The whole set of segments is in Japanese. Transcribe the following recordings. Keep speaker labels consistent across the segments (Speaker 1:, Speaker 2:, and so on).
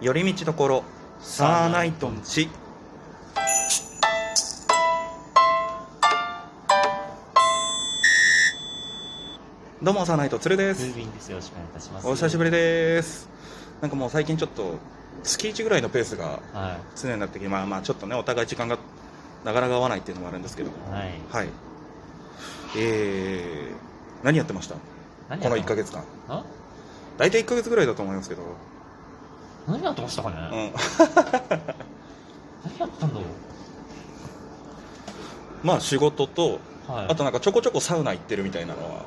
Speaker 1: 寄り道どころサーナイトンチどうもサーナイトつるで
Speaker 2: ム
Speaker 1: す
Speaker 2: ービングです。よろしくお願いいたします。
Speaker 1: お久しぶ
Speaker 2: り。
Speaker 1: りですなんかもう最近ちょっと月1ぐらいのペースが
Speaker 2: は
Speaker 1: 常になってきてまあまあちょっとねお互い時間がなかなか合わないっていうのもあるんですけど
Speaker 2: い。はい。
Speaker 1: はいえー、何やってました
Speaker 2: 何
Speaker 1: この
Speaker 2: や
Speaker 1: 1
Speaker 2: った
Speaker 1: ヶ。月間
Speaker 2: あ
Speaker 1: 大体1ヶ月ぐらいだと思いますけど、
Speaker 2: 何やってましたかね、
Speaker 1: うん、
Speaker 2: 何やったんだろ
Speaker 1: まあ仕事と
Speaker 2: う。はい。
Speaker 1: あとなんかちょこちょこサウナ行ってるみたいなのは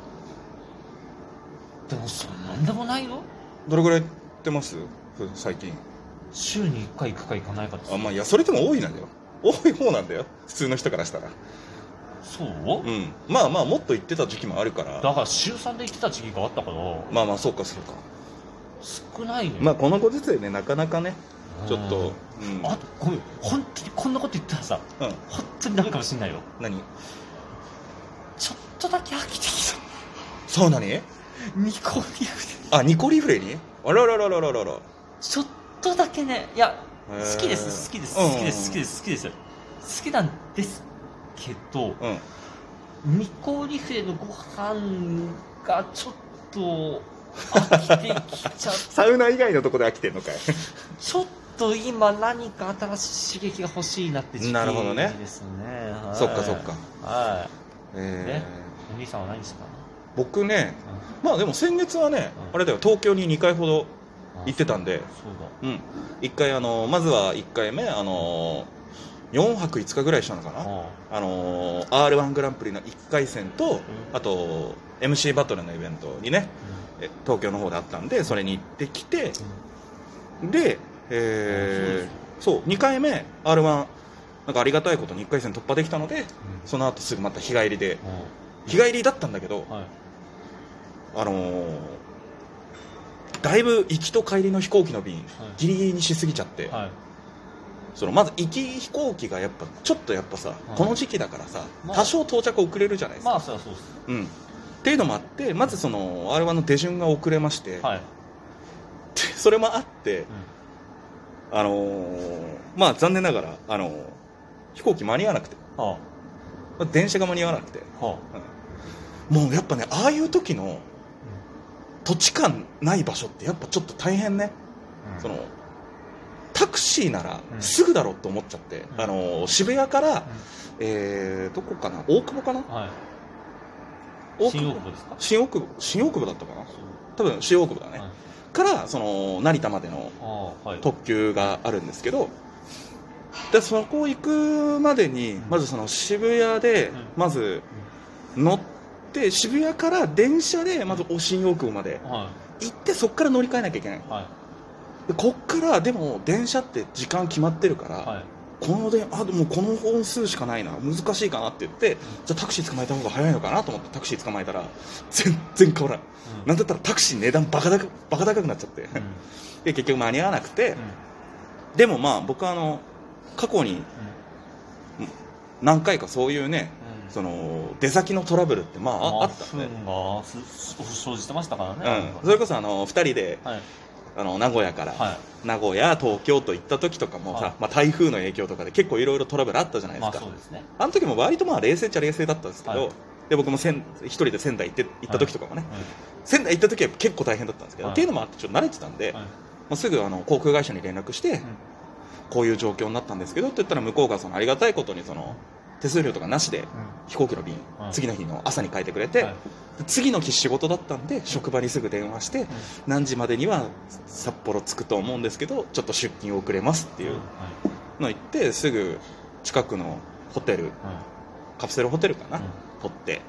Speaker 2: でもそんなんでもないよ。
Speaker 1: どれぐらい行ってますふ最近
Speaker 2: 週に1回行くか行かないかです。
Speaker 1: あまあいやそれでも多いなんだよ多い方なんだよ普通の人からしたら
Speaker 2: そう、
Speaker 1: うんまあまあもっと行ってた時期もあるか
Speaker 2: だ
Speaker 1: ら
Speaker 2: から週3で行ってた時期があったから、
Speaker 1: まあまあそうかそうか
Speaker 2: 少ないね。
Speaker 1: まあこのご時世ねなかなかね
Speaker 2: うん
Speaker 1: ちょっとうん、
Speaker 2: あ、ごめん。本当にこんなこと言ったらさ、
Speaker 1: うん、
Speaker 2: 本当にダメかもしんないよ。
Speaker 1: 何
Speaker 2: ちょっとだけ飽きてき た。
Speaker 1: サウナに
Speaker 2: ニコリフで。
Speaker 1: あニコリフレにあららららららら
Speaker 2: ちょっとだけね、いや、好きです好きです好きです好きですす好きです好きなんですけど
Speaker 1: うん、うん
Speaker 2: ミコリフレのご飯がちょっと飽きてきちゃっ
Speaker 1: サウナ以外のとこで飽きてんのかい
Speaker 2: ちょっと今何か新しい刺激が欲しいなって時期
Speaker 1: なるほどね
Speaker 2: ですねはい
Speaker 1: そっかそっか
Speaker 2: は
Speaker 1: え
Speaker 2: いお兄さんは何してたの
Speaker 1: ー、僕ね
Speaker 2: う
Speaker 1: まあでも先月はね、
Speaker 2: うん
Speaker 1: あれだよ東京に2回ほど
Speaker 2: ん
Speaker 1: 行ってたんで
Speaker 2: そうだ
Speaker 1: うん、1回あのまずは1回目あの4泊5日ぐらいしたのかな
Speaker 2: あ
Speaker 1: あの r 1グランプリの1回戦と
Speaker 2: うん
Speaker 1: あと MC バトルのイベントにね
Speaker 2: あ
Speaker 1: え東京の方であったんでそれに行ってきて
Speaker 2: うん
Speaker 1: で、えーそう2回目 r 1なんかありがたいことに1回戦突破できたので
Speaker 2: うん
Speaker 1: その後すぐまた日帰りで
Speaker 2: うん
Speaker 1: 日帰りだったんだけど
Speaker 2: はい
Speaker 1: あのーだいぶ行きと帰りの飛行機の便ギリギリにしすぎちゃって、
Speaker 2: はい
Speaker 1: そのまず行き飛行機がやっぱちょっとやっぱさ、この時期だからさ、
Speaker 2: まあ
Speaker 1: 多少到着遅れるじゃないですか、
Speaker 2: まあそりゃそうです
Speaker 1: うん、っていうのもあってまずその r 1の手順が遅れまして、
Speaker 2: はい
Speaker 1: でそれもあって
Speaker 2: う、ん
Speaker 1: あのーまあ残念ながら、あのー飛行機間に合わなくて、
Speaker 2: は
Speaker 1: まあ電車が間に合わなくて、
Speaker 2: あは
Speaker 1: もうやっぱねああいう時の土地感ない場所ってやっぱちょっと大変ね、
Speaker 2: あうん
Speaker 1: そのタクシーなら
Speaker 2: うん
Speaker 1: すぐだろうと思っちゃって、
Speaker 2: うん
Speaker 1: あのー渋谷から、えーどこかな大久保かな
Speaker 2: はい
Speaker 1: 大
Speaker 2: 新
Speaker 1: 久
Speaker 2: 大
Speaker 1: 保
Speaker 2: 久保ですか
Speaker 1: 新大久保新大久保だったかな多分新大久保だね、
Speaker 2: はい
Speaker 1: からその成田までの
Speaker 2: ああはい
Speaker 1: 特急があるんですけどでそこ行くまでに
Speaker 2: うん
Speaker 1: まずその渋谷で
Speaker 2: うん
Speaker 1: まず乗って渋谷から電車でまずお新大久保まで
Speaker 2: は
Speaker 1: 行ってそこから乗り換えなきゃいけない
Speaker 2: いはい
Speaker 1: でこっからでも電車って時間決まってるから、
Speaker 2: はい
Speaker 1: このであでもこの本数しかないな難しいかなって言ってじゃあタクシー捕まえた方が早いのかなと思ってタクシー捕まえたら全然変わらない
Speaker 2: うん
Speaker 1: なんだったらタクシー値段バカ高くバカ高くなっちゃって、
Speaker 2: うん
Speaker 1: で結局間に合わなくて
Speaker 2: う、ん
Speaker 1: でもまあ僕はあの過去に何回かそういうね
Speaker 2: うん
Speaker 1: その出先のトラブルってまあああったん
Speaker 2: 不
Speaker 1: で、
Speaker 2: 運がすす生じてましたからね
Speaker 1: うん、それこそあの2人で
Speaker 2: はい
Speaker 1: あの名古屋から、
Speaker 2: は
Speaker 1: 名古屋東京と行った時とかもさ、
Speaker 2: はい
Speaker 1: まあ、台風の影響とかで結構いろいろトラブルあったじゃない
Speaker 2: い
Speaker 1: で
Speaker 2: ますあ
Speaker 1: か、
Speaker 2: そうですね
Speaker 1: あの時も割とまあ冷静っちゃ冷静だったんですけど、
Speaker 2: はい
Speaker 1: で僕も仙一人で仙台行って行った時とかもね、
Speaker 2: う
Speaker 1: 仙台行った時は結構大変だったんですけど、
Speaker 2: はい
Speaker 1: っていうのもあってちょっと慣れてたんで、
Speaker 2: んはい
Speaker 1: まあ、すぐあの航空会社に連絡して、
Speaker 2: ん
Speaker 1: こういう状況になったんですけどって言ったら向こうがそのありがたいことにその手数料とかなしで飛行機の便、
Speaker 2: はい
Speaker 1: 次の日の朝に変えてくれて、
Speaker 2: はい
Speaker 1: で次の日仕事だったんで職場にすぐ電話して、何時までには札幌着くと思うんですけどちょっと出勤遅れますっていう
Speaker 2: はい
Speaker 1: の言ってすぐ近くのホテル
Speaker 2: はい
Speaker 1: カプセルホテルかな、
Speaker 2: うん
Speaker 1: 取ってっ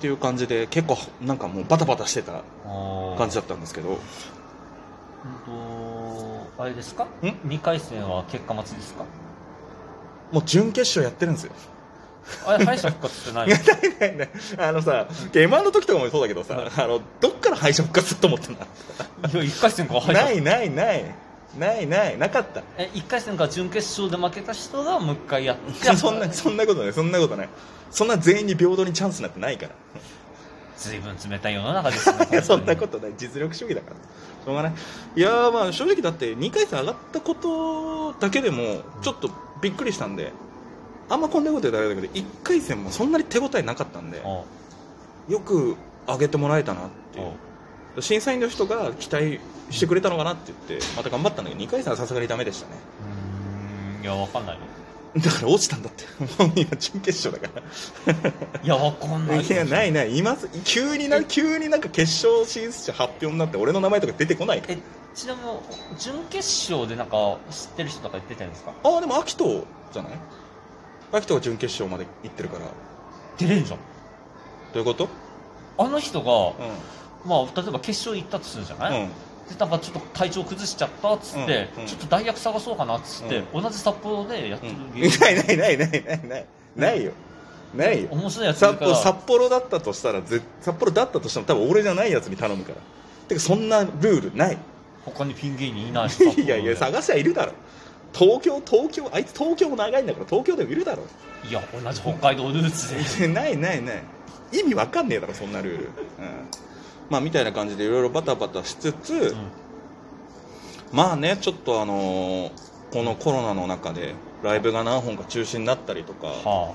Speaker 1: ていう感じで結構なんかもうバタバタしてた
Speaker 2: ああ
Speaker 1: 感じだったんですけど
Speaker 2: うんとあれですか
Speaker 1: ん
Speaker 2: 二回戦は結果待ちですか
Speaker 1: もう準決勝やってるんです よ
Speaker 2: あれ敗者復活してない
Speaker 1: いやないないないあのさ M−1 の時とかもそうだけどさあのどっから敗者復活だと思ったんだ
Speaker 2: いや一回戦から敗者
Speaker 1: ないないないないないなかった
Speaker 2: え一回戦から準決勝で負けた人がもう一回やって
Speaker 1: そんなそんなことないそんなことないそんな全員に平等にチャンスなんてないから
Speaker 2: 随分冷たい世の中ですね
Speaker 1: いやそんなことない実力主義だからしょうがないいやーまあ正直だって2回戦上がったことだけでもちょっとびっくりしたんであんまこんなこと言うとあれだけど1回戦もそんなに手応えなかったんで
Speaker 2: おう
Speaker 1: よく上げてもらえたなってい
Speaker 2: おう
Speaker 1: う審査員の人が期待してくれたのかなって言ってまた頑張ったんだけど2回戦はさすがにダメでしたね
Speaker 2: うーんいやわかんないよ
Speaker 1: だから落ちたんだって もう今準決勝だから
Speaker 2: いやわかんない
Speaker 1: いやないいない今す急にな急になんか決勝進出者発表になって俺の名前とか出てこないから
Speaker 2: えちなみに準決勝でなんか知ってる人とか出てるんですか
Speaker 1: ああでも秋人じゃない秋人が準決勝まで行ってるからど
Speaker 2: 出れんじゃん
Speaker 1: ういうこと
Speaker 2: あの人が
Speaker 1: うん
Speaker 2: まあ例えば決勝行ったとするじゃない、
Speaker 1: うん
Speaker 2: でなんかちょっと体調崩しちゃったっつって、
Speaker 1: うんうん
Speaker 2: ちょっと代役探そうかなっつって、同じ札幌でやってる
Speaker 1: うん
Speaker 2: 芸人
Speaker 1: ないないないないないないないよないよ
Speaker 2: 面白いやつい
Speaker 1: 札
Speaker 2: るか
Speaker 1: 幌
Speaker 2: ら
Speaker 1: 札幌だったとしたらぜ札幌だったとしても多分俺じゃないやつに頼むからてかそんなルールない
Speaker 2: 他にピン芸人いないし
Speaker 1: いやいや
Speaker 2: 札幌
Speaker 1: 探しゃいるだろ東京東京あいつ東京も長いんだから東京でもいるだろ
Speaker 2: でいや同じ北海道ルーツで
Speaker 1: ないないない意味わかんねえだろそんなルール、うん、まあみたいな感じでいろいろバタバタしつつ、
Speaker 2: う
Speaker 1: まあねちょっとあのーこのコロナの中でライブが何本か中止になったりとか、
Speaker 2: んは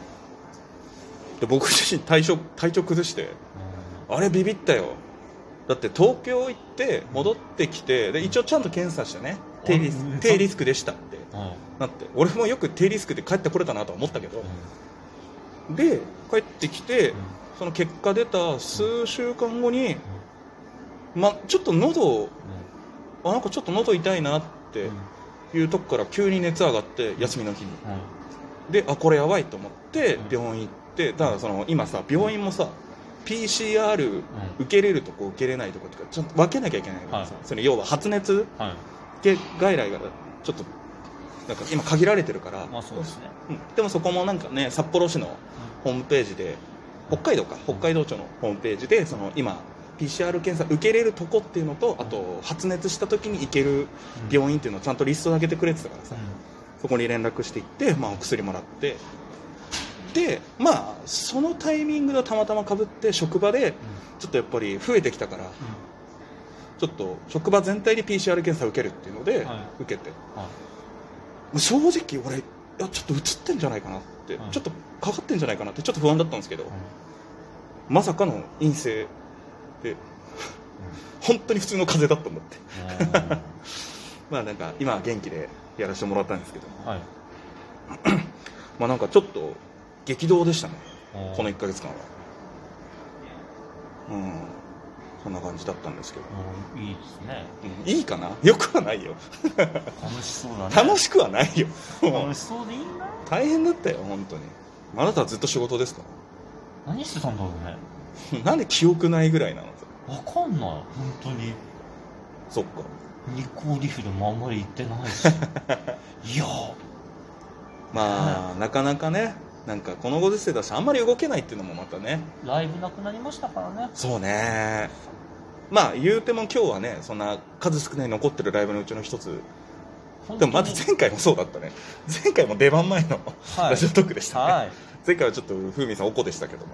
Speaker 1: で僕自身体調体調崩して
Speaker 2: あ、
Speaker 1: あれビビったよだって東京行って戻ってきてで一応ちゃんと検査してね低リス
Speaker 2: うん
Speaker 1: 低リスクでしたって
Speaker 2: うんうん
Speaker 1: なって俺もよく低リスクで帰ってこれたなとは思ったけどで帰ってきてその結果出た数週間後に、ま、ちょっと喉あなんかちょっと喉痛いなっ
Speaker 2: うん
Speaker 1: ていうとこから急に熱上がって休みの日にであこれやばいと思って
Speaker 2: うん
Speaker 1: 病院行ってだからその今さ病院もさ PCR
Speaker 2: うん
Speaker 1: 受けれるとこ受けれないとことかちゃんと分けなきゃいけないからさ、
Speaker 2: はい
Speaker 1: その要は発熱
Speaker 2: はい
Speaker 1: 外来がちょっとなんか今限られてるから、
Speaker 2: まあそうですね
Speaker 1: うんでもそこもなんかね札幌市のホームページで北海道か北海道庁のホームページでその今 PCR 検査受けれるとこっていうのとあと発熱した時に行ける病院っていうのをちゃんとリスト上げてくれてたからさ、そこに連絡していって、まあ、お薬もらってでまあそのタイミングがたまたまかぶって職場でちょっとやっぱり増えてきたからちょっと職場全体で PCR 検査受けるっていうので、
Speaker 2: は
Speaker 1: 受けて
Speaker 2: は
Speaker 1: もう正直俺いやちょっと映ってんじゃないかなって、
Speaker 2: はい
Speaker 1: ちょっとかかってんじゃないかなってちょっと不安だったんですけど、
Speaker 2: い
Speaker 1: まさかの陰性で 本当に普通の風邪だったんだって まあなんか今は元気でやらせてもらったんですけど
Speaker 2: うんはい
Speaker 1: まあなんかちょっと激動でしたね
Speaker 2: うん
Speaker 1: この1ヶ月間はうんそんな感じだったんですけど、
Speaker 2: うんいいですね
Speaker 1: うんいいかなよくはないよ
Speaker 2: 楽しそうだね
Speaker 1: 楽しくはないよ
Speaker 2: 楽しそうでいいな
Speaker 1: 大変だったよ本当にあなたはずっと仕事ですか
Speaker 2: 何してたんだろうね
Speaker 1: なんで記憶ないぐらいなの
Speaker 2: わかんない本当に
Speaker 1: そっか
Speaker 2: 日光リフでもあんまり行ってないし いや
Speaker 1: まあなかなかねなんかこのご時世だしあんまり動けないっていうのもまたね
Speaker 2: ライブなくなりましたからね
Speaker 1: そうねまあ言うても今日はねそんな数少ない残ってるライブのうちの一つ
Speaker 2: 本
Speaker 1: でも
Speaker 2: 当に
Speaker 1: まず前回もそうだったね前回も出番前の
Speaker 2: は
Speaker 1: ラ
Speaker 2: い
Speaker 1: ジオトークでしたね、
Speaker 2: はい
Speaker 1: 前回はちょっと風味さんおこでしたけども、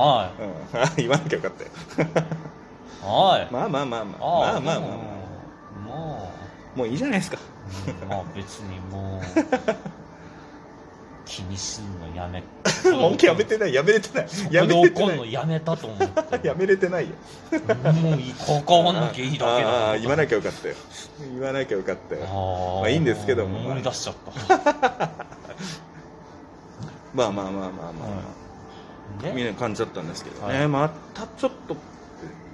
Speaker 2: は
Speaker 1: うんうん、 言わなきゃよかったよ
Speaker 2: いはい
Speaker 1: まあまあまあまあまあ
Speaker 2: あ
Speaker 1: まあまあ、
Speaker 2: あも
Speaker 1: もういいじゃないですか
Speaker 2: ううんまあ別に もう気にすんのやめ
Speaker 1: 文句やめてないやめれてない
Speaker 2: そこで
Speaker 1: やめれて
Speaker 2: 怒
Speaker 1: な
Speaker 2: るの
Speaker 1: い
Speaker 2: やめたと思って
Speaker 1: やめれてないよ
Speaker 2: もういいここはなきゃいいだけ
Speaker 1: あ
Speaker 2: だ
Speaker 1: あ言わなきゃよかったよ言わなきゃよかったよ
Speaker 2: あ
Speaker 1: まあいいんですけども
Speaker 2: 思い出しちゃった
Speaker 1: まあまあまあまあまあ、まあ
Speaker 2: はい
Speaker 1: み
Speaker 2: ね
Speaker 1: たいな感じだったんですけどね、
Speaker 2: はい
Speaker 1: またちょっと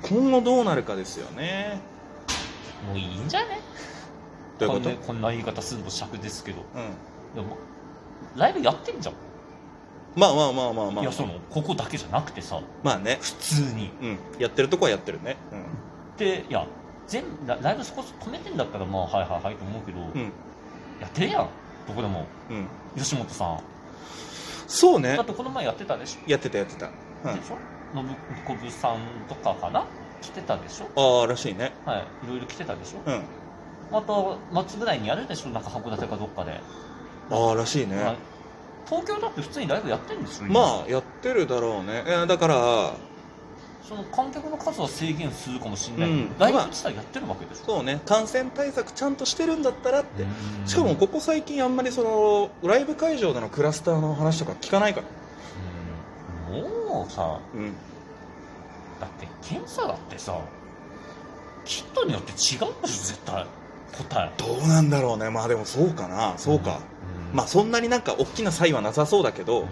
Speaker 1: 今後どうなるかですよね
Speaker 2: もういいんじゃね
Speaker 1: どういうこと、
Speaker 2: こんなこんな言い方するの尺ですけど
Speaker 1: うん、
Speaker 2: でもライブやってんじゃん、
Speaker 1: まあまあまあまあまあ
Speaker 2: いやそのここだけじゃなくてさ
Speaker 1: まあね
Speaker 2: 普通に
Speaker 1: うんやってるとこはやってるね
Speaker 2: でいや全ラライブそこ止めてんだったらまあはいはいはいと思うけど、
Speaker 1: うんうん
Speaker 2: やってるやんどこでも
Speaker 1: うん
Speaker 2: 吉本さん
Speaker 1: そう
Speaker 2: だ
Speaker 1: ね
Speaker 2: ってこの前やってたでし
Speaker 1: やってたやってた、うん、
Speaker 2: ょ、
Speaker 1: あ
Speaker 2: でしょ信子部さんとかかな来てたでしょ
Speaker 1: あーらしいね
Speaker 2: はいいろいろ来てたでしょ、
Speaker 1: うん
Speaker 2: また末ぐらいにやるでしょなんか函館かどっかで、
Speaker 1: ああらしいね、
Speaker 2: はい東京だって普通にライブやってるんですよ今
Speaker 1: まあやってるだろうねえーだから
Speaker 2: その観客の数は制限するかもしれないけど、
Speaker 1: うん
Speaker 2: ライブ自体やってるわけでしょ、
Speaker 1: そうね感染対策ちゃんとしてるんだったらって
Speaker 2: うん
Speaker 1: しかもここ最近あんまりそのライブ会場でのクラスターの話とか聞かないから
Speaker 2: うんもうさ
Speaker 1: うん
Speaker 2: だって検査だってさキットによって違うんでしょ絶対答え
Speaker 1: どうなんだろうねまあでもそうかなそうか、、
Speaker 2: ん
Speaker 1: まあそんなになんか大きな差異はなさそうだけど、
Speaker 2: うん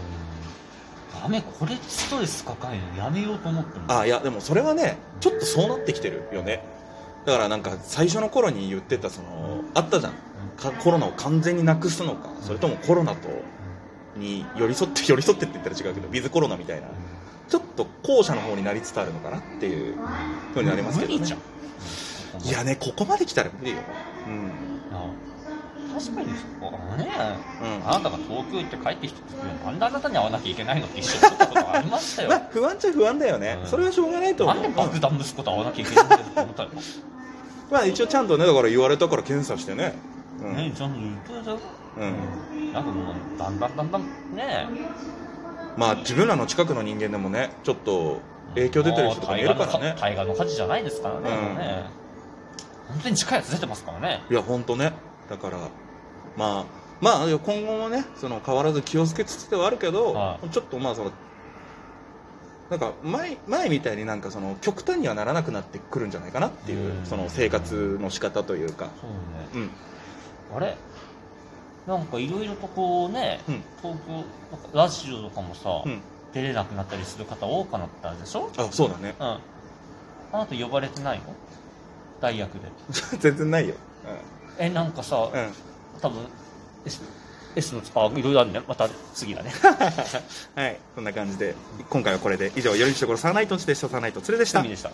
Speaker 2: ダメこれストレス抱えるのやめようと思っても
Speaker 1: あいやでもそれはねちょっとそうなってきてるよねだからなんか最初の頃に言ってたそのあったじゃんかコロナを完全になくすのかそれともコロナとに寄り添って 寄り添ってって言ったら違うけどウィズコロナみたいなちょっと後者の方になりつつあるのかなっていうふうになりますけど、ね、
Speaker 2: 無理じゃん
Speaker 1: いやねここまで来たら無理よ
Speaker 2: あ確かにあね
Speaker 1: うん、うん、
Speaker 2: あなたが東京行って帰ってきた時になんであなたに会わなきゃいけないのって一緒に思ったことあり ましたよ
Speaker 1: まあ不安っちゃ不安だよね、
Speaker 2: うん
Speaker 1: それはしょうがないと思
Speaker 2: な
Speaker 1: うんうん
Speaker 2: で爆弾息子と会わなきゃいけないんだって思ったよ、
Speaker 1: まあ一応ちゃんとねだから言われたから検査してねうん
Speaker 2: ねちゃんと言ってたよ
Speaker 1: うん
Speaker 2: なんかもうだんだんだんだんね
Speaker 1: まあ自分らの近くの人間でもねちょっと影響出てる人とかもいるからね
Speaker 2: 対岸の火事じゃないですからね,、
Speaker 1: うん
Speaker 2: ね本当に近いやつ出てますからね
Speaker 1: いやほんとねだからまあまあ今後もねその変わらず気をつけつつではあるけど、
Speaker 2: は
Speaker 1: ちょっとまあそのなんか前前みたいになんかその極端にはならなくなってくるんじゃないかなっていう、
Speaker 2: うん
Speaker 1: その生活の仕方というか、
Speaker 2: そうね
Speaker 1: うん、
Speaker 2: あれなんかいろいろとこうね、
Speaker 1: うん
Speaker 2: 東京なんかラジオとかもさ、
Speaker 1: うん
Speaker 2: 出れなくなったりする方多くなったでしょ
Speaker 1: あそうだね
Speaker 2: うんあなた呼ばれてないの代役で
Speaker 1: 全然ないよ、
Speaker 2: えなんかさ、
Speaker 1: うんうん、
Speaker 2: 多分 S, S のあいろいろあるねまた 次だね
Speaker 1: はいそんな感じで今回はこれで以上「よりにしところサーナイトンチでしたサーナイトン連れでした
Speaker 2: 海でした